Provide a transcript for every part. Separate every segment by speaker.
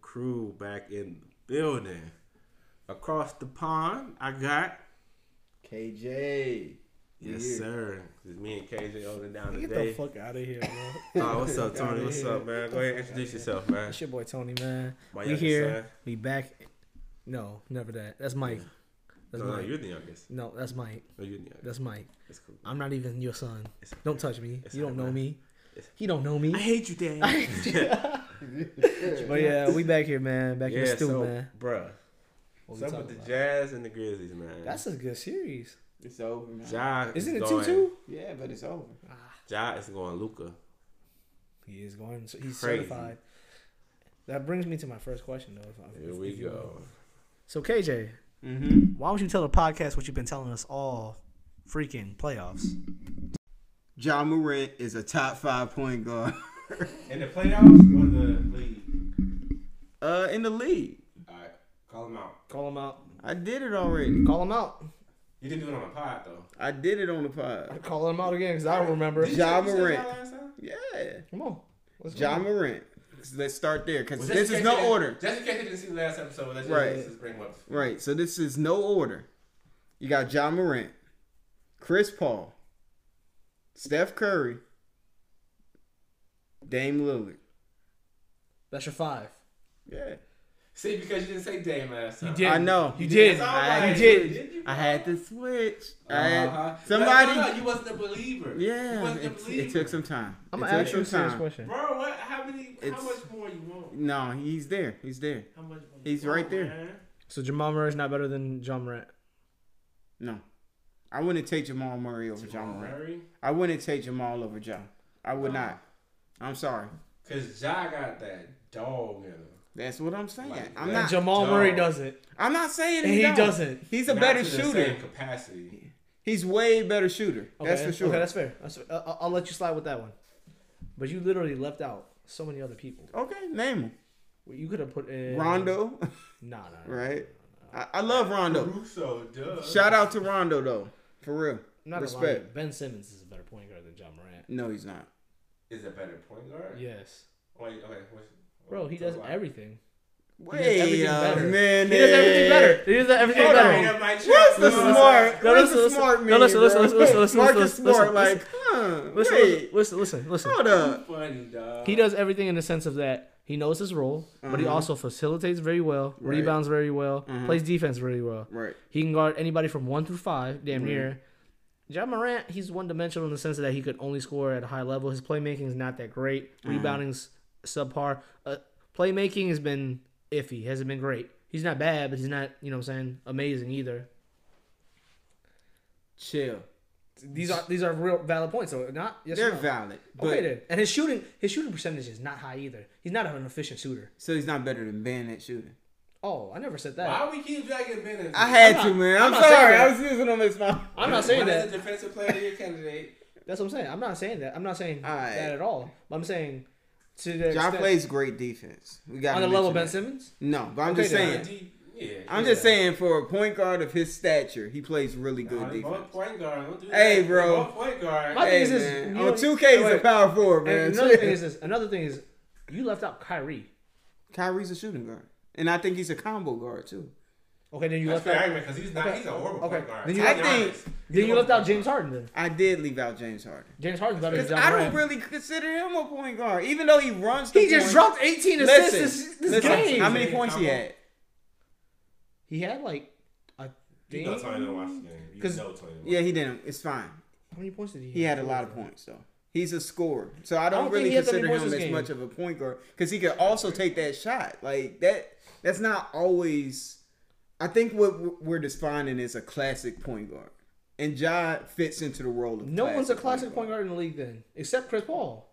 Speaker 1: crew back in the building. Across the pond, I got.
Speaker 2: KJ.
Speaker 1: Yes,
Speaker 2: Yeah.
Speaker 1: sir. It's me and KJ holding down
Speaker 3: Get
Speaker 1: today.
Speaker 3: the fuck out of here, bro.
Speaker 1: Oh, what's up,
Speaker 3: Fuck outta
Speaker 1: Tony? What's
Speaker 3: here.
Speaker 1: up, man? Go ahead and introduce yourself, man.
Speaker 3: It's your boy Tony, man.
Speaker 1: My
Speaker 3: we
Speaker 1: youngest
Speaker 3: here.
Speaker 1: son.
Speaker 3: We back. No, never that. That's Mike. That's
Speaker 1: No, no,
Speaker 3: Mike.
Speaker 1: you're the youngest.
Speaker 3: No, that's Mike.
Speaker 1: No, you're the youngest.
Speaker 3: That's Mike.
Speaker 1: That's cool.
Speaker 3: I'm not even your son.
Speaker 1: It's okay.
Speaker 3: Don't touch me.
Speaker 1: It's
Speaker 3: you don't
Speaker 1: okay,
Speaker 3: know
Speaker 1: man.
Speaker 3: me.
Speaker 1: It's-
Speaker 3: He don't know me.
Speaker 1: I hate you, Dad.
Speaker 3: But yeah, we back here, man. Back in
Speaker 1: yeah,
Speaker 3: the stew,
Speaker 1: so,
Speaker 3: man.
Speaker 1: bruh,
Speaker 3: What we
Speaker 1: what's up with
Speaker 3: talking
Speaker 1: the
Speaker 3: about?
Speaker 1: Jazz and the Grizzlies, man?
Speaker 3: That's a good series.
Speaker 2: It's over, man.
Speaker 1: Ja
Speaker 3: Isn't
Speaker 1: is
Speaker 3: it two
Speaker 1: going,
Speaker 3: two?
Speaker 2: Yeah, but it's over.
Speaker 1: Ja is going Luca.
Speaker 3: He is going. so He's
Speaker 1: Crazy.
Speaker 3: certified. That brings me to my first question, though. If, I-
Speaker 1: Here
Speaker 3: if-
Speaker 1: we
Speaker 3: if you
Speaker 1: go.
Speaker 3: will. So KJ,
Speaker 2: Mm-hmm.
Speaker 3: why don't you tell the podcast what you've been telling us all freaking playoffs?
Speaker 2: John Morant is a top five point guard.
Speaker 1: In the playoffs or the league?
Speaker 2: Uh, in the league.
Speaker 1: All right, call him out.
Speaker 3: Call him out.
Speaker 2: I did it already.
Speaker 3: Call him out.
Speaker 1: You didn't do it on the pod though.
Speaker 2: I did it on the pod.
Speaker 3: Calling him out again because I don't remember.
Speaker 2: John
Speaker 1: You said that
Speaker 2: Morant.
Speaker 1: last time?
Speaker 2: Yeah.
Speaker 3: Come on. Let's go.
Speaker 2: John Morant. Let's start there because
Speaker 1: Well,
Speaker 2: this
Speaker 1: just in
Speaker 2: is
Speaker 1: case
Speaker 2: no
Speaker 1: they didn't-
Speaker 2: order.
Speaker 1: Just in case they didn't see the last episode, let's just,
Speaker 2: Right.
Speaker 1: let's just bring him up.
Speaker 2: Right. So this is no order. You got John Morant, Chris Paul, Steph Curry, Dame Lillard.
Speaker 3: That's your five.
Speaker 2: Yeah.
Speaker 1: See, because you didn't say Dame last time.
Speaker 2: I know.
Speaker 3: You did.
Speaker 1: It's all
Speaker 3: You
Speaker 1: right.
Speaker 3: did.
Speaker 1: you?
Speaker 2: I had to switch. I had-
Speaker 1: Uh-huh.
Speaker 2: somebody.
Speaker 1: No, no, no, you wasn't a believer. You
Speaker 2: Yeah.
Speaker 1: wasn't a
Speaker 2: It,
Speaker 1: believer.
Speaker 2: it took some time.
Speaker 3: I'm
Speaker 2: it
Speaker 3: gonna
Speaker 2: took
Speaker 3: ask you a serious question.
Speaker 1: Bro, what? How many?
Speaker 2: It's-
Speaker 1: How much more you want?
Speaker 2: No, he's there. He's there.
Speaker 1: How much? More
Speaker 2: He's
Speaker 1: you want,
Speaker 2: right there.
Speaker 1: Man?
Speaker 3: So Jamal Murray's not better than John Morant.
Speaker 2: No. I wouldn't take Jamal Murray over John
Speaker 1: John
Speaker 2: Morant.
Speaker 1: Murray.
Speaker 2: I wouldn't take Jamal over John. I would
Speaker 1: No.
Speaker 2: not. I'm sorry.
Speaker 1: Cause Ja got that dog in him.
Speaker 2: That's what I'm saying.
Speaker 1: Like, like-
Speaker 2: I'm
Speaker 3: And
Speaker 2: not.
Speaker 3: Jamal
Speaker 1: Dog.
Speaker 3: Murray doesn't.
Speaker 2: I'm not saying
Speaker 3: And
Speaker 2: he,
Speaker 3: he
Speaker 2: don't.
Speaker 3: doesn't.
Speaker 2: He's a
Speaker 1: Not
Speaker 2: better
Speaker 1: to the
Speaker 2: shooter.
Speaker 1: same capacity.
Speaker 2: He's way better shooter.
Speaker 3: Okay.
Speaker 2: That's for sure.
Speaker 3: Okay, that's fair. That's fair. I- I'll, I'll let you slide with that one. But you literally left out so many other people.
Speaker 2: okay, name him.
Speaker 3: You could have put in
Speaker 2: Rondo,
Speaker 3: Nah, nah, nah.
Speaker 2: right? I, I love Rondo.
Speaker 1: Caruso, duh.
Speaker 2: Shout out to Rondo though, for real.
Speaker 3: Not
Speaker 2: Respect.
Speaker 3: A line. Ben Simmons is a better point guard than John Morant.
Speaker 2: No, he's not.
Speaker 1: Is a better point guard.
Speaker 3: Yes,
Speaker 1: Wait, okay. What's,
Speaker 3: bro. He
Speaker 1: what's
Speaker 3: does
Speaker 1: up?
Speaker 3: everything.
Speaker 2: Wait
Speaker 3: everything
Speaker 2: a
Speaker 3: better.
Speaker 2: minute.
Speaker 3: He does everything better. He does everything
Speaker 2: Hold
Speaker 3: better.
Speaker 2: on.
Speaker 1: That might
Speaker 2: Where's
Speaker 1: check.
Speaker 2: the
Speaker 1: No,
Speaker 2: smart?
Speaker 3: no,
Speaker 2: Where's
Speaker 3: listen,
Speaker 2: the
Speaker 3: listen.
Speaker 2: smart man,
Speaker 3: No, listen, listen,
Speaker 2: bro?
Speaker 3: listen, listen, listen,
Speaker 2: Marcus
Speaker 3: listen,
Speaker 2: Smart,
Speaker 3: listen,
Speaker 2: like, huh?
Speaker 3: Listen,
Speaker 2: wait,
Speaker 3: listen, listen, listen.
Speaker 2: hold up.
Speaker 1: Funny dog.
Speaker 3: He does everything in the sense of that he knows his role, but he
Speaker 2: Uh-huh.
Speaker 3: also facilitates very well,
Speaker 2: Right.
Speaker 3: rebounds very well,
Speaker 2: Uh-huh.
Speaker 3: plays defense very well.
Speaker 2: Right.
Speaker 3: He can guard anybody from one through five, damn
Speaker 2: Mhm.
Speaker 3: near. John Morant, he's one dimensional in the sense that he could only score at a high level. His playmaking is not that great. Rebounding's subpar. Uh, playmaking has been iffy. Hasn't been great. He's not bad, but he's not, you know what I'm saying, amazing either.
Speaker 2: Chill.
Speaker 3: These are these are real valid points, though. Not Oh, yes or
Speaker 2: They're
Speaker 3: no?
Speaker 2: valid, but
Speaker 3: Okay then. And his shooting his shooting percentage is not high either. He's not an efficient shooter.
Speaker 2: so he's not better than Ben at shooting.
Speaker 3: Oh, I never said that.
Speaker 1: Why we keep dragging Ben? into
Speaker 2: I
Speaker 1: this?
Speaker 2: had
Speaker 3: I'm
Speaker 2: to,
Speaker 3: not-
Speaker 2: man.
Speaker 3: I'm
Speaker 2: I'm,
Speaker 3: not saying
Speaker 2: sorry.
Speaker 3: that.
Speaker 2: I was using him as my.
Speaker 3: I'm not saying
Speaker 1: One is
Speaker 3: that.
Speaker 1: a defensive player of the year candidate.
Speaker 3: That's what I'm saying. I'm not saying that. I'm not saying
Speaker 2: Alright.
Speaker 3: that at all. But I'm saying to the
Speaker 2: John
Speaker 3: extent,
Speaker 2: plays great defense. We got
Speaker 3: on the level of Ben
Speaker 2: that.
Speaker 3: Simmons.
Speaker 2: No, but I'm
Speaker 3: Okay,
Speaker 2: just
Speaker 3: then.
Speaker 2: saying.
Speaker 1: D- Yeah.
Speaker 2: I'm
Speaker 1: yeah.
Speaker 2: just saying for a point guard of his stature, he plays really good
Speaker 1: Nah, they
Speaker 2: defense.
Speaker 1: both point guard. Don't do
Speaker 2: Hey,
Speaker 1: that. They
Speaker 2: bro.
Speaker 1: both point guard.
Speaker 3: My
Speaker 2: Hey,
Speaker 3: thing is this,
Speaker 2: man.
Speaker 3: you
Speaker 2: on
Speaker 3: don't-
Speaker 2: 2K,
Speaker 3: oh,
Speaker 2: he's a
Speaker 3: wait.
Speaker 2: power forward, man.
Speaker 3: And another thing is this. Another thing is you left out Kyrie.
Speaker 2: Kyrie's a shooting guard, and I think he's a combo guard too.
Speaker 3: Okay, then you
Speaker 1: That's
Speaker 3: left
Speaker 1: fair
Speaker 3: out.
Speaker 1: argument because he's not.
Speaker 3: Okay.
Speaker 1: He's a horrible
Speaker 3: Okay.
Speaker 1: point guard.
Speaker 3: Then you
Speaker 1: Let's
Speaker 2: have
Speaker 1: be
Speaker 2: to-
Speaker 1: honest.
Speaker 3: Then
Speaker 1: He's a
Speaker 3: you left out
Speaker 1: horrible
Speaker 3: James
Speaker 1: point
Speaker 3: Harden. Then
Speaker 2: I did leave out James Harden
Speaker 3: James Harden's better than
Speaker 2: because
Speaker 3: John
Speaker 2: I don't
Speaker 3: Morant.
Speaker 2: really consider him a point guard, even though he runs. The
Speaker 3: he just
Speaker 2: point.
Speaker 3: dropped 18 assists
Speaker 2: Listen,
Speaker 3: this, this
Speaker 2: listen,
Speaker 3: game.
Speaker 2: How many
Speaker 1: Combo.
Speaker 2: points he had?
Speaker 3: He had like I
Speaker 1: guard. You
Speaker 3: think.
Speaker 1: know Tony don't watch the game. You
Speaker 3: 'Cause-
Speaker 1: know Tony. don't
Speaker 2: Yeah,
Speaker 1: watch
Speaker 2: he didn't. It's fine.
Speaker 3: How many points did he?
Speaker 2: He
Speaker 3: have?
Speaker 2: had a lot of points though. He's a scorer, so I don't,
Speaker 3: don't think
Speaker 2: really
Speaker 3: he had that many
Speaker 2: consider
Speaker 3: points
Speaker 2: him as
Speaker 3: this game.
Speaker 2: much of a point guard because he could also take that shot. Like that, that's not always. I think what we're defining is a classic point guard, and Ja fits into the role of
Speaker 3: No one's a classic point guard in the league then, except Chris Paul.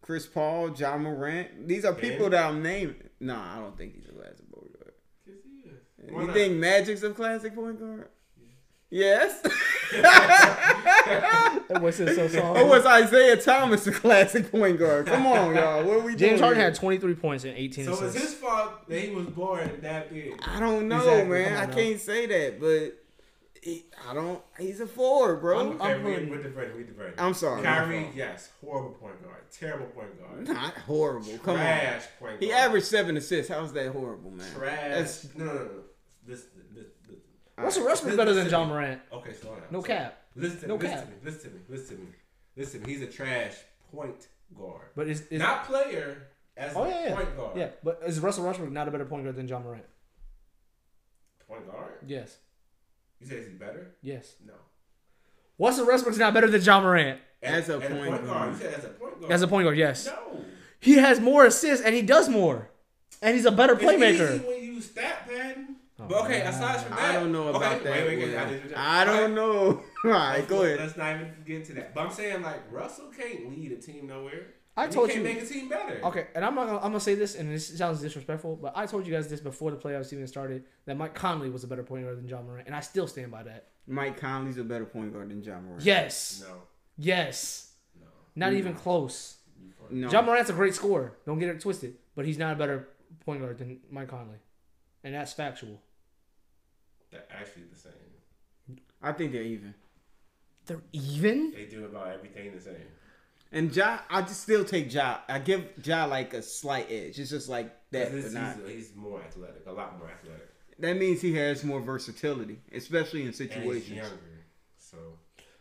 Speaker 2: Chris Paul, Ja Morant, these are people
Speaker 1: Yeah.
Speaker 2: that I'm naming. Nah, I don't think he's a classic point guard.
Speaker 1: the game. Yes, he is. Why
Speaker 2: You
Speaker 1: not?
Speaker 2: think Magic's a classic point guard? Yes.
Speaker 3: That was so
Speaker 1: Oh.
Speaker 2: or
Speaker 3: soft.
Speaker 2: was Isaiah Thomas a classic point guard? Come on, y'all. What are we doing?
Speaker 3: James Harden
Speaker 2: here?
Speaker 3: had 23 points and 18
Speaker 1: So it's
Speaker 3: assists.
Speaker 1: his fault that he was born that big.
Speaker 2: I don't know,
Speaker 3: Exactly.
Speaker 2: man.
Speaker 3: Come on
Speaker 2: I
Speaker 3: now.
Speaker 2: can't say that, but He, I don't. He's a four, bro. I'm,
Speaker 1: Okay, we, we're diverting. We're diverting.
Speaker 2: sorry.
Speaker 1: Kyrie, yes, horrible point guard, terrible point guard,
Speaker 2: Not horrible. Come on.
Speaker 1: trash point guard.
Speaker 2: He averaged seven assists. How's that horrible, man?
Speaker 1: trash.
Speaker 2: That's-
Speaker 1: No, no, no. no. This, this, this.
Speaker 3: Russell Westbrook's better than John Morant.
Speaker 1: Okay, slow down.
Speaker 3: No
Speaker 1: So,
Speaker 3: cap.
Speaker 1: Listen, to me,
Speaker 3: No
Speaker 1: listen
Speaker 3: cap.
Speaker 1: to me. Listen to me. Listen to me. Listen, he's a trash point guard,
Speaker 3: But is, is
Speaker 1: not player as
Speaker 3: oh
Speaker 1: a
Speaker 3: yeah, yeah.
Speaker 1: point guard.
Speaker 3: yeah. But is Russell Westbrook not a better point guard than John Morant?
Speaker 1: Point guard?
Speaker 3: Yes,
Speaker 1: You say he's better?
Speaker 3: yes.
Speaker 1: No.
Speaker 3: Russell Westbrook's not better than John Morant
Speaker 2: As a point guard.
Speaker 1: You said as a point guard.
Speaker 3: as a point guard. Yes,
Speaker 1: No.
Speaker 3: he has more assists and he does more, and he's a better
Speaker 1: It's
Speaker 3: playmaker. Oh,
Speaker 1: easy when you use stat padding. but okay, aside from that,
Speaker 2: I don't know
Speaker 1: okay,
Speaker 2: about that.
Speaker 1: Wait, wait, wait,
Speaker 2: Will.
Speaker 1: I didn't-
Speaker 2: I don't know. All right,
Speaker 1: Let's-
Speaker 2: go ahead.
Speaker 1: Let's not even get into that. But I'm saying like Russell can't lead a team nowhere.
Speaker 3: I
Speaker 1: And
Speaker 3: told
Speaker 1: he can't
Speaker 3: you-
Speaker 1: make a team better.
Speaker 3: Okay, and I'm not gonna, I'm gonna say this, and this sounds disrespectful, but I told you guys this before the playoffs even started that Mike Conley was a better point guard than John Morant, and I still stand by that.
Speaker 2: Mike Conley's a better point guard than John Morant.
Speaker 3: Yes,
Speaker 1: No.
Speaker 3: yes,
Speaker 1: No.
Speaker 3: not even close.
Speaker 2: No.
Speaker 3: John Morant's a great scorer. Don't get it twisted, but he's not a better point guard than Mike Conley, and that's factual.
Speaker 1: They're actually the same.
Speaker 2: I think they're even.
Speaker 3: They're even.
Speaker 1: They do about everything the same.
Speaker 2: And Ja, I just still take Ja. I give Ja like a slight edge. It's just like that,
Speaker 1: This
Speaker 2: but not.
Speaker 1: season, he's more athletic, a lot more athletic.
Speaker 2: That means he has more versatility, especially in
Speaker 1: And he's
Speaker 2: situations.
Speaker 1: younger. So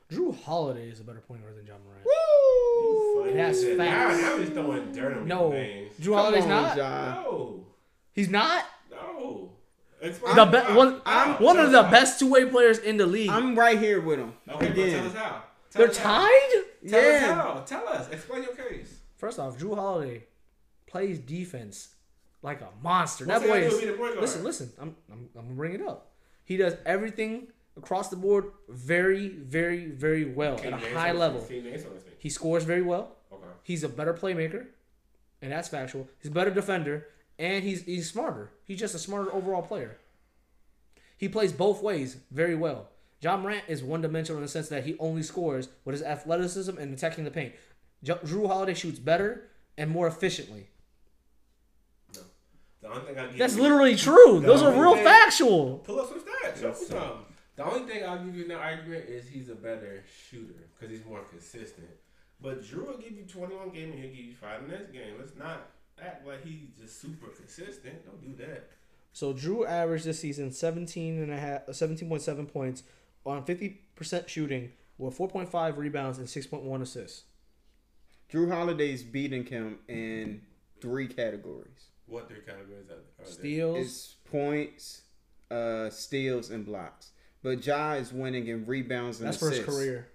Speaker 3: Drew Holiday is a better point guard than John Morant.
Speaker 2: Woo!
Speaker 1: Funny
Speaker 3: That's
Speaker 1: shit.
Speaker 3: facts.
Speaker 1: Now, now he's throwing dirt on
Speaker 3: No,
Speaker 1: me, man.
Speaker 3: Drew
Speaker 2: Come
Speaker 3: Holiday's
Speaker 2: on,
Speaker 3: not.
Speaker 2: Ja.
Speaker 1: No.
Speaker 3: He's not
Speaker 1: No.
Speaker 3: the
Speaker 1: Explain
Speaker 3: be-
Speaker 1: how.
Speaker 3: one.
Speaker 1: How?
Speaker 3: one
Speaker 1: Tell
Speaker 3: of the
Speaker 1: us how.
Speaker 3: best two way players in the league.
Speaker 2: I'm right here with him.
Speaker 1: Okay, but tell
Speaker 2: Again.
Speaker 1: us how. Tell
Speaker 3: They're
Speaker 1: us how.
Speaker 3: tied.
Speaker 1: Tell us
Speaker 2: Yeah.
Speaker 1: how. Tell us. Explain your case.
Speaker 3: First off, Drew Holiday plays defense like a monster.
Speaker 1: What's
Speaker 3: that
Speaker 1: he
Speaker 3: boy
Speaker 1: gotta do
Speaker 3: is.
Speaker 1: to be the point guard?
Speaker 3: Listen, listen. I'm, I'm, I'm gonna bring it up. He does everything across the board very, very, very well at a high level.
Speaker 1: Can you name something?
Speaker 3: He scores very well.
Speaker 1: Okay.
Speaker 3: He's a better playmaker, and that's factual. He's a better defender, and he's he's smarter. He's just a smarter overall player. He plays both ways very well. John Morant is one dimensional in the sense that he only scores with his athleticism and attacking the paint. Jo- Drew Holiday shoots better and more efficiently.
Speaker 1: No. The only thing I give
Speaker 3: That's
Speaker 1: you-
Speaker 3: literally true. Those are real
Speaker 1: Okay.
Speaker 3: factual.
Speaker 1: Pull up some stats. Show me some. The only thing I'll give you in that argument is he's a better shooter because he's more consistent. But Drew will give you 21 game and he'll give you five in the next game. Let's not act like he's just super consistent. Don't do that.
Speaker 3: So Drew averaged this season 17 and a half, 17.7 points on 50% shooting with 4.5 rebounds and 6.1 assists.
Speaker 2: Drew Holiday's beating him in three categories:
Speaker 1: What three categories are are there?
Speaker 3: Steals,
Speaker 2: it's points, uh, steals, and blocks. But Ja is winning in rebounds and
Speaker 3: That's for
Speaker 2: assists.
Speaker 3: his career.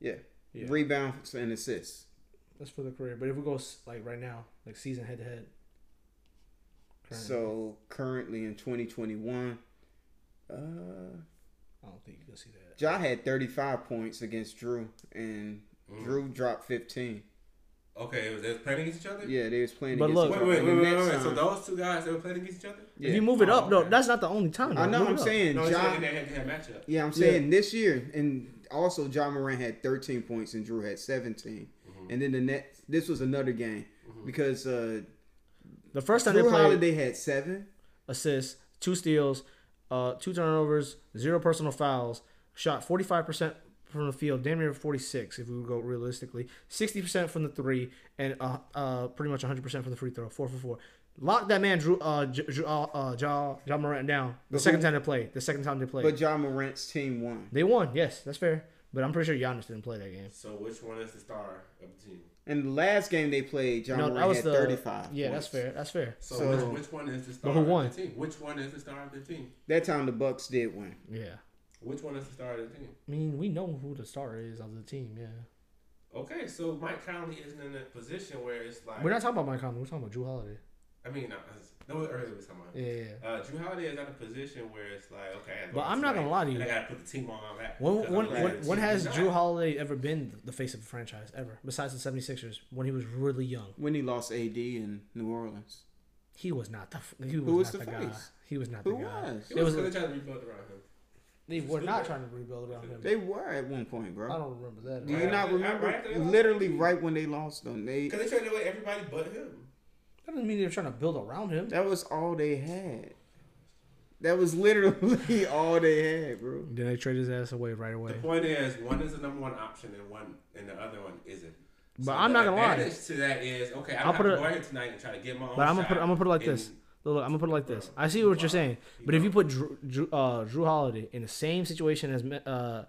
Speaker 2: Yeah.
Speaker 3: Yeah.
Speaker 2: rebounds and assists.
Speaker 3: That's for the career. But if we go s- like right now, like season head to head,
Speaker 2: So currently in 2021, uh,
Speaker 3: I don't think you can see that.
Speaker 2: Ja had 35 points against Drew, and
Speaker 1: Mm.
Speaker 2: Drew dropped 15.
Speaker 1: Okay, it was they was playing against each other?
Speaker 2: Yeah, they was playing.
Speaker 3: But
Speaker 2: against
Speaker 3: look-
Speaker 2: each
Speaker 1: Wait,
Speaker 2: other.
Speaker 1: wait,
Speaker 2: And
Speaker 1: wait,
Speaker 2: the
Speaker 1: wait,
Speaker 2: next
Speaker 1: wait, wait. So
Speaker 2: time-
Speaker 1: those two guys, they were playing against each other?
Speaker 2: yeah.
Speaker 3: If you move it
Speaker 1: Oh,
Speaker 3: up, though,
Speaker 1: okay.
Speaker 3: that's not the only time.
Speaker 2: I
Speaker 3: though.
Speaker 2: know.
Speaker 3: Move
Speaker 2: I'm
Speaker 3: it up.
Speaker 2: saying
Speaker 1: No, he's
Speaker 2: Ja.
Speaker 1: in that head-to-head matchup.
Speaker 2: Yeah, I'm saying this year, and also John Moran had 13 points and Drew had 17,
Speaker 1: Mm-hmm.
Speaker 2: and then the next this was another game because uh,
Speaker 3: the first time they
Speaker 2: Drew
Speaker 3: played
Speaker 2: Holiday had seven.
Speaker 3: assists, two steals, uh, two turnovers, zero personal fouls, shot 45% from the field, damn near 46 if we would go realistically, 60% from the three, and uh, uh, pretty much 100% from the free throw, four for four. Lock that man, Drew, uh, J- J- uh, uh, Ja, ja Morant down. The second time they played. The second time they played.
Speaker 2: But John Morant's team won,
Speaker 3: They won, yes, that's fair. But I'm pretty sure Giannis didn't play that game.
Speaker 1: So which one is the star of the team?
Speaker 2: and the last game they played, John Moran had 35.
Speaker 3: Yeah,
Speaker 2: points.
Speaker 3: that's fair. That's fair.
Speaker 1: So,
Speaker 2: So-
Speaker 1: which, which one is the star
Speaker 3: who won?
Speaker 1: of the team? Which one is the star of the team?
Speaker 2: That time the Bucks did win.
Speaker 3: Yeah.
Speaker 1: Which one is the star of the team?
Speaker 3: I mean, we know who the star is of the team. Yeah.
Speaker 1: Okay, so Mike Conley isn't in a position where it's like
Speaker 3: We're not talking about Mike Conley. We're talking about Drew Holiday.
Speaker 1: I mean, no, it's- no, earlier was talking about.
Speaker 3: Yeah, yeah. yeah.
Speaker 1: Uh, Drew Holiday is not in a position where it's like, okay, I gotta
Speaker 3: But
Speaker 1: go
Speaker 3: I'm not
Speaker 1: tonight,
Speaker 3: gonna lie to
Speaker 1: and
Speaker 3: you.
Speaker 1: I gotta put the team on my back.
Speaker 3: When,
Speaker 1: because I'm
Speaker 3: when,
Speaker 1: glad
Speaker 3: when,
Speaker 1: the
Speaker 3: when
Speaker 1: team
Speaker 3: has
Speaker 1: is
Speaker 3: Drew
Speaker 1: not.
Speaker 3: Holiday ever been the face of a franchise ever? Besides the 76ers, when he was really young,
Speaker 2: When he lost AD in New Orleans,
Speaker 3: he was not the f- he was,
Speaker 2: Who was the
Speaker 3: not the, guy.
Speaker 2: face?
Speaker 3: He was not
Speaker 2: who
Speaker 3: the guy.
Speaker 2: was?
Speaker 1: It was
Speaker 3: It was-
Speaker 1: because they tried to rebuild around him.
Speaker 3: They were
Speaker 1: Still
Speaker 3: not
Speaker 1: there.
Speaker 3: trying to rebuild around him.
Speaker 2: They were at one point,
Speaker 3: I
Speaker 2: bro.
Speaker 3: don't remember that.
Speaker 2: Do you
Speaker 1: Right
Speaker 2: not
Speaker 1: after-
Speaker 2: remember?
Speaker 1: right after they lost?
Speaker 2: Literally right when they lost them, they
Speaker 1: Because they traded away everybody but him.
Speaker 3: That doesn't mean they're trying to build around him.
Speaker 2: that was all they had. That was literally all they had, bro.
Speaker 3: Then they trade his ass away right away.
Speaker 1: The point is, one is the number one option, and one and the other one isn't.
Speaker 3: But I'm not gonna lie.
Speaker 1: The advantage to that is okay. I'm
Speaker 3: I'll
Speaker 1: not
Speaker 3: put it-
Speaker 1: going in tonight and try to get my own.
Speaker 3: But I'm
Speaker 1: shot
Speaker 3: gonna put I'm gonna put it like
Speaker 1: and-
Speaker 3: this. Look, look, I'm gonna put it like this. I see what you're saying, but if you put Drew, Drew, uh, Drew Holiday in the same situation as Me- uh, uh,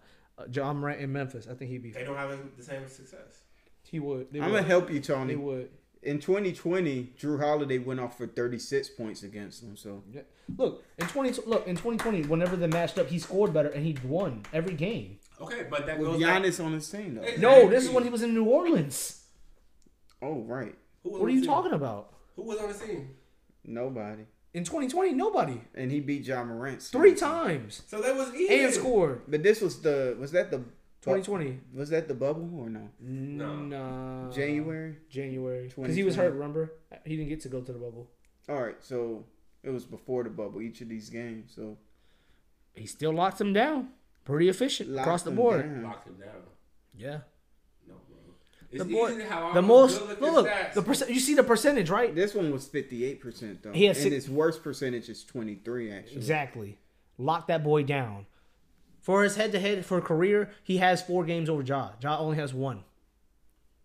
Speaker 3: John Morant in Memphis, I think he'd be
Speaker 1: They don't have the same success.
Speaker 3: he would. They
Speaker 2: I'm
Speaker 3: would.
Speaker 2: gonna help you,
Speaker 3: They
Speaker 2: Tony.
Speaker 3: would.
Speaker 2: In 2020, Drew Holiday went off for 36 points against them. So
Speaker 3: Yeah. Look in twenty look in 2020. Whenever they matched up, he scored better and he won every game.
Speaker 1: Okay, but that
Speaker 2: with
Speaker 1: goes back.
Speaker 2: Giannis on his team, though.
Speaker 3: No, this is when he was in New Orleans.
Speaker 2: Oh right,
Speaker 1: Who was
Speaker 3: What are
Speaker 1: on
Speaker 3: you
Speaker 1: the team?
Speaker 3: talking about?
Speaker 1: Who was on the team?
Speaker 2: nobody.
Speaker 3: In 2020, nobody
Speaker 2: And he beat John Morant
Speaker 3: three times
Speaker 1: So that was even.
Speaker 3: and scored.
Speaker 2: But this was the was that the
Speaker 3: 2020.
Speaker 2: was that the bubble or no?
Speaker 1: No.
Speaker 3: Nah.
Speaker 2: January.
Speaker 3: January. Because he was
Speaker 2: 2020.
Speaker 3: hurt. Remember, he didn't get to go to the bubble.
Speaker 2: All right, so it was before the bubble. Each of these games, so
Speaker 3: he still locks him down. Pretty efficient
Speaker 2: locked
Speaker 3: across the
Speaker 2: them
Speaker 3: board.
Speaker 2: down.
Speaker 1: Locked him down.
Speaker 3: Yeah.
Speaker 1: No, bro. It's
Speaker 3: the board,
Speaker 1: easy how
Speaker 3: the
Speaker 1: I'm
Speaker 3: most
Speaker 1: good
Speaker 3: look,
Speaker 1: with
Speaker 3: look,
Speaker 1: stats.
Speaker 3: the percent you see the percentage, right?
Speaker 2: This one was 58 percent though,
Speaker 3: He had
Speaker 2: and
Speaker 3: six-
Speaker 2: his worst percentage is 23 actually.
Speaker 3: Exactly. Lock that boy down. For his head to head for career, he has four games over Ja. Ja only has one.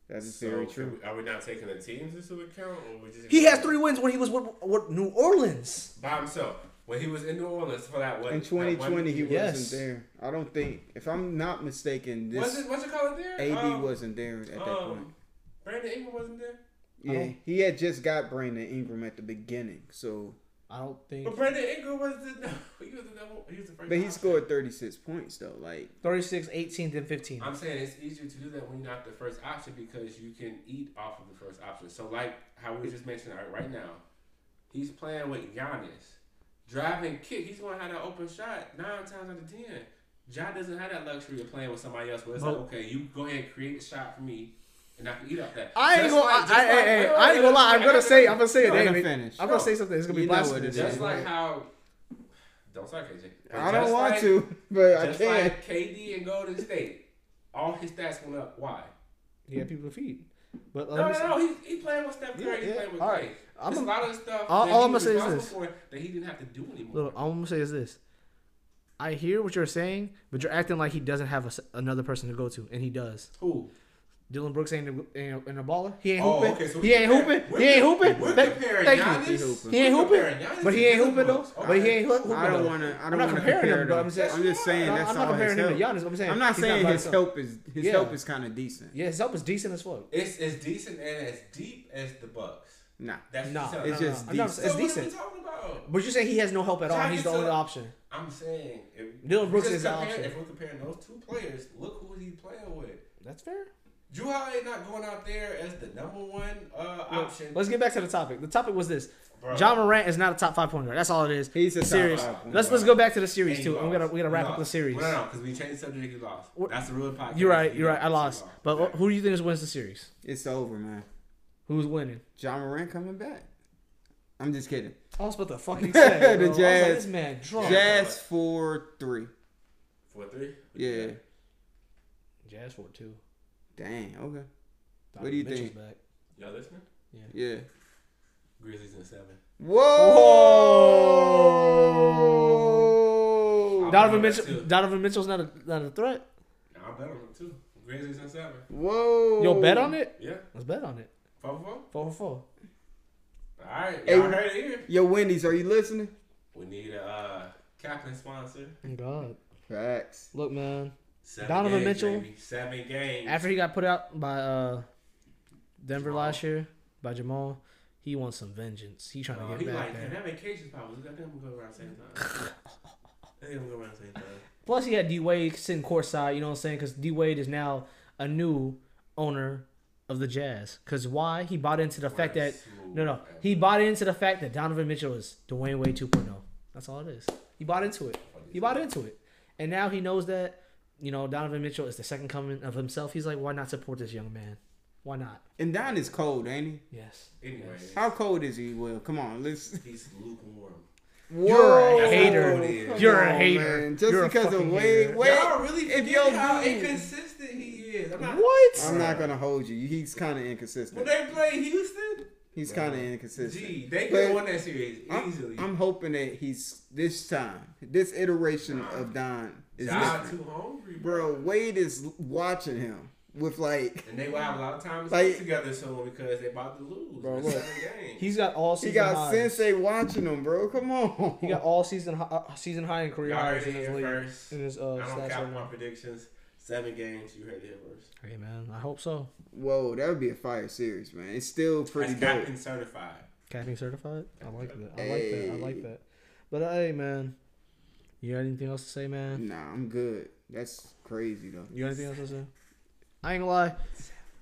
Speaker 2: That is
Speaker 1: So,
Speaker 2: very
Speaker 1: can
Speaker 2: true.
Speaker 1: we- Are we not taking the teams into account, or we just
Speaker 3: He has three wins when he was with, with New Orleans.
Speaker 1: by himself when he was in New Orleans for that one?
Speaker 2: In
Speaker 1: that one-
Speaker 2: 2020, he
Speaker 3: Yes.
Speaker 2: wasn't there. I don't think, if I'm not mistaken, this
Speaker 1: was it what's it called there?
Speaker 2: AD
Speaker 1: Um,
Speaker 2: wasn't there at that point.
Speaker 1: Um, Brandon Ingram wasn't there,
Speaker 2: Yeah,
Speaker 3: don't-
Speaker 2: he had just got Brandon Ingram at the beginning, so
Speaker 3: I don't think
Speaker 1: but Brandon Ingram was the he was the number, he was the first.
Speaker 2: but he
Speaker 1: option.
Speaker 2: scored 36 points though. Like
Speaker 3: 36, 18, and 15.
Speaker 1: I'm saying it's easier to do that when you're not the first option because you can eat off of the first option. So like how we just mentioned all right, right now, he's playing with Giannis, driving kick. He's gonna have that open shot nine times out of ten. John doesn't have that luxury of playing with somebody else. Where it's like,
Speaker 3: But-
Speaker 1: okay, you go ahead and create a shot for me, and I can eat off that.
Speaker 3: I ain't
Speaker 1: Just
Speaker 3: gonna.
Speaker 1: like-
Speaker 3: I,
Speaker 1: just
Speaker 3: I,
Speaker 1: like-
Speaker 3: hey,
Speaker 1: wait,
Speaker 3: hey,
Speaker 1: wait,
Speaker 3: I ain't gonna lie. I'm
Speaker 1: wait,
Speaker 3: gonna
Speaker 1: wait,
Speaker 3: say.
Speaker 1: wait.
Speaker 3: I'm gonna say it.
Speaker 1: No,
Speaker 2: Let him
Speaker 3: David. I'm,
Speaker 2: finish.
Speaker 3: gonna say something. It's gonna be
Speaker 2: You know what it
Speaker 3: blasphemous.
Speaker 2: is.
Speaker 1: Just
Speaker 2: Yeah.
Speaker 1: like how, don't start KJ. But
Speaker 2: I don't
Speaker 1: just
Speaker 2: want
Speaker 1: like-
Speaker 2: to, but I
Speaker 1: Just
Speaker 2: can. not
Speaker 1: like KD and Golden State, all his stats went up. Why?
Speaker 3: He had people to feed. But let
Speaker 1: No,
Speaker 3: me
Speaker 1: no,
Speaker 3: say-
Speaker 1: no. He, he playing with Steph Curry.
Speaker 3: Yeah,
Speaker 1: He
Speaker 3: yeah.
Speaker 1: playing with
Speaker 3: All
Speaker 1: Clay.
Speaker 3: right. I'm
Speaker 1: There's a
Speaker 3: a-
Speaker 1: lot of stuff
Speaker 3: all-
Speaker 1: that
Speaker 3: all
Speaker 1: he
Speaker 3: I'm gonna
Speaker 1: was
Speaker 3: say is
Speaker 1: responsible
Speaker 3: this.
Speaker 1: for that he didn't have to do anymore.
Speaker 3: Look, all I'm gonna say is this. I hear what you're saying, but you're acting like he doesn't have a s another person to go to, and he does.
Speaker 1: Who?
Speaker 3: Dylan Brooks ain't a, ain't a, ain't a baller. He ain't
Speaker 1: Oh,
Speaker 3: hooping.
Speaker 1: okay, so we
Speaker 3: he ain't
Speaker 1: compare-
Speaker 3: hooping.
Speaker 1: we're
Speaker 3: He ain't
Speaker 1: com-
Speaker 3: hooping.
Speaker 1: we're
Speaker 3: Th-
Speaker 1: comparing
Speaker 3: thank
Speaker 1: Giannis-
Speaker 3: you.
Speaker 1: He hooping.
Speaker 3: He ain't
Speaker 1: we're
Speaker 3: hooping.
Speaker 1: comparing Giannis
Speaker 3: But he
Speaker 1: to
Speaker 3: ain't
Speaker 1: Dylan
Speaker 3: hooping though.
Speaker 1: Brooks.
Speaker 3: But he
Speaker 1: Alright.
Speaker 3: ain't hoo- hooping.
Speaker 2: I don't
Speaker 3: though.
Speaker 2: want to. I don't
Speaker 3: I'm not
Speaker 2: want to
Speaker 3: comparing
Speaker 2: compare
Speaker 3: him,
Speaker 2: him.
Speaker 3: though.
Speaker 2: I'm
Speaker 3: I'm saying-
Speaker 2: just, I'm just saying
Speaker 3: No,
Speaker 2: that's
Speaker 3: I'm not
Speaker 2: all
Speaker 3: comparing
Speaker 2: his
Speaker 3: him to
Speaker 2: help.
Speaker 3: Giannis. I'm saying
Speaker 2: I'm not
Speaker 3: he's not
Speaker 2: saying
Speaker 3: by
Speaker 2: his
Speaker 3: himself.
Speaker 2: help is his
Speaker 3: Yeah.
Speaker 2: help is kind of decent.
Speaker 3: Yeah, his help is decent as fuck.
Speaker 1: It's as decent and as deep as the Bucks.
Speaker 2: Nah,
Speaker 1: That's
Speaker 3: Nah,
Speaker 1: what
Speaker 2: it's
Speaker 1: you're
Speaker 2: just
Speaker 1: telling me.
Speaker 3: I'm not-
Speaker 2: decent.
Speaker 1: So
Speaker 3: it's
Speaker 1: what
Speaker 3: decent.
Speaker 1: Are we talking about?
Speaker 3: But you're saying he has no help at all.
Speaker 1: Giannis
Speaker 3: He's the only
Speaker 1: is-
Speaker 3: option.
Speaker 1: I'm saying if,
Speaker 3: Dylan Brooks
Speaker 1: just
Speaker 3: is the
Speaker 1: compare-
Speaker 3: option.
Speaker 1: If we're comparing those two players, look who he's playing with.
Speaker 3: That's fair.
Speaker 1: Drew Holiday not going out there as the number one uh, option.
Speaker 3: Let's get back to the topic. The topic was this:
Speaker 1: Bro.
Speaker 3: John Morant is not a top five point guard. That's all it is.
Speaker 2: He's a top
Speaker 3: serious.
Speaker 2: five point
Speaker 3: Let's let's
Speaker 2: guard.
Speaker 3: go back to the
Speaker 1: And
Speaker 3: series
Speaker 1: you
Speaker 3: too. I'm
Speaker 1: lost.
Speaker 3: gonna we're gonna
Speaker 1: You
Speaker 3: wrap up
Speaker 1: lost.
Speaker 3: the series.
Speaker 1: Well, no, because we changed the subject. You lost.
Speaker 3: What-
Speaker 1: That's the real podcast.
Speaker 3: You're right.
Speaker 1: You
Speaker 3: You're right. I
Speaker 1: you
Speaker 3: lost. But wh- who do you think is wins the series?
Speaker 2: It's over, man.
Speaker 3: Who's winning?
Speaker 2: John Moran coming back. I'm just kidding.
Speaker 3: I was about to fucking say
Speaker 2: The
Speaker 3: the Jazz.
Speaker 2: Jazz.
Speaker 3: this man drunk. Jazz,
Speaker 2: Jazz four three.
Speaker 1: four three.
Speaker 2: Yeah.
Speaker 3: for two.
Speaker 2: Dang. Okay. What do you think?
Speaker 3: Back.
Speaker 1: Y'all listening?
Speaker 2: Yeah.
Speaker 1: Grizzlies in seven.
Speaker 2: Whoa.
Speaker 3: Donovan
Speaker 1: that's
Speaker 3: Mitchell.
Speaker 1: two.
Speaker 3: Donovan Mitchell's not a not a threat.
Speaker 1: Nah, I bet on them too. Grizzlies in seven.
Speaker 2: Whoa.
Speaker 3: You'll bet on it.
Speaker 1: Yeah.
Speaker 3: Let's bet on it.
Speaker 1: Four for four.
Speaker 3: Four for four.
Speaker 1: All right.
Speaker 2: Hey,
Speaker 1: Y'all heard it here.
Speaker 2: Yo, Wendy's, are you listening?
Speaker 1: We need a uh, captain sponsor.
Speaker 3: Oh God,
Speaker 2: Facts.
Speaker 3: look, man.
Speaker 1: Seven
Speaker 3: Donovan
Speaker 1: games,
Speaker 3: Mitchell.
Speaker 1: Baby. Seven games.
Speaker 3: After he got put out by uh, Denver last year by Jamal, he wants some vengeance. He trying
Speaker 1: Oh,
Speaker 3: to
Speaker 1: he
Speaker 3: get back
Speaker 1: like,
Speaker 3: there.
Speaker 1: man, that vacation spot was good. I think I'm gonna go around the same time. I think I'm gonna go around the same time.
Speaker 3: Plus, he had D Wade sitting courtside. You know what I'm saying? Because D Wade is now a new owner of the Jazz. Because why? He bought into the fact that no, no, he bought into the fact that Donovan Mitchell is Dwayne Wade 2.0. That's all it is. He bought into it. He bought into it, and now he knows that you know Donovan Mitchell is the second coming of himself. He's like, why not support this young man? Why not?
Speaker 2: And Don is cold, ain't he?
Speaker 3: Yes.
Speaker 1: Anyway,
Speaker 2: How cold is he? Will come on, let's.
Speaker 1: he's lukewarm.
Speaker 3: You're
Speaker 2: Whoa.
Speaker 3: a hater.
Speaker 1: That's what it is.
Speaker 2: Come
Speaker 3: You're a
Speaker 2: on,
Speaker 3: hater.
Speaker 2: man. Just
Speaker 3: You're a
Speaker 2: because of
Speaker 3: fucking
Speaker 2: Wade.
Speaker 3: hater.
Speaker 2: Wade.
Speaker 1: Y'all really
Speaker 2: if
Speaker 1: forget
Speaker 2: y'all
Speaker 1: how
Speaker 2: do-
Speaker 1: inconsistent he is. I'm not,
Speaker 3: What?
Speaker 2: I'm not gonna hold you. He's kind of inconsistent.
Speaker 1: When they play Houston,
Speaker 2: He's kind of inconsistent.
Speaker 1: Gee, they could
Speaker 2: But
Speaker 1: have won that series
Speaker 2: I'm,
Speaker 1: easily.
Speaker 2: I'm hoping that he's this time, this iteration of Don is
Speaker 1: Ja
Speaker 2: different.
Speaker 1: too hungry, bro.
Speaker 2: Bro, Wade is watching him with like
Speaker 1: And they will have a lot of time to
Speaker 2: Like-
Speaker 1: stick together soon because they about to lose.
Speaker 3: Bro,
Speaker 1: in
Speaker 3: look.
Speaker 1: seven games.
Speaker 3: He's got all
Speaker 2: he
Speaker 3: season
Speaker 2: got
Speaker 3: highs.
Speaker 2: Sensei watching him, bro. Come on.
Speaker 3: He got all season hi- uh, season high in career
Speaker 1: Y'all heard
Speaker 3: highs
Speaker 1: it
Speaker 3: in his
Speaker 1: here
Speaker 3: league.
Speaker 1: first.
Speaker 3: In his uh,
Speaker 1: I don't
Speaker 3: stats
Speaker 1: count
Speaker 3: right
Speaker 1: my
Speaker 3: now.
Speaker 1: predictions. Seven games, you heard it first.
Speaker 3: Hey man, I hope so.
Speaker 2: Whoa, that would be a fire series, man. It's still pretty
Speaker 1: That's
Speaker 2: dope.
Speaker 1: captain certified.
Speaker 3: Capping certified. I like that. I like that. I
Speaker 2: Hey.
Speaker 3: like that. But uh, hey man, you got anything else to say, man?
Speaker 2: Nah, I'm good. That's crazy though.
Speaker 3: You got anything else to say? I ain't gonna lie.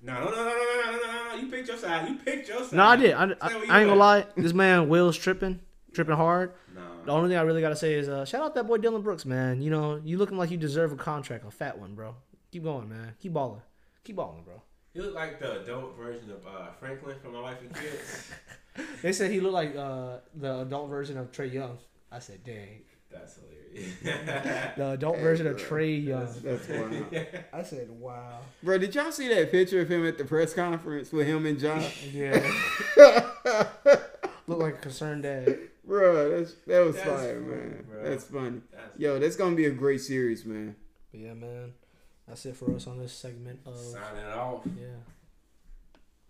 Speaker 1: No, no, no, no, no, no, no, no, no, no. You picked your side. You picked your side.
Speaker 3: No, I did. I, I, I
Speaker 1: what
Speaker 3: ain't
Speaker 1: you
Speaker 3: gonna
Speaker 1: got.
Speaker 3: lie. This man Will's tripping, tripping hard. The
Speaker 1: No.
Speaker 3: only thing I really gotta say is uh, shout out that boy Dylan Brooks, man. You know, you looking like you deserve a contract, a fat one, bro. Keep going, man. Keep balling. Keep balling, bro.
Speaker 1: You look like the adult version of uh, Franklin from My Life and Kids.
Speaker 3: They said he looked like uh, the adult version of Trey Young. I said, dang.
Speaker 1: That's hilarious.
Speaker 3: The adult
Speaker 2: Hey,
Speaker 3: version of
Speaker 2: bro.
Speaker 3: Trey Young.
Speaker 2: That's wild.
Speaker 3: I said, wow.
Speaker 2: bro, did y'all see that picture of him at the press conference with him and John?
Speaker 3: Yeah. Look like a concerned dad.
Speaker 2: bro, that's that was
Speaker 1: That's
Speaker 2: fire,
Speaker 1: funny,
Speaker 2: man.
Speaker 1: bro.
Speaker 2: That's funny.
Speaker 1: That's
Speaker 2: Yo, that's gonna be a great series, man.
Speaker 3: But yeah, man. That's it for us on this segment of.
Speaker 1: signing off.
Speaker 3: Yeah.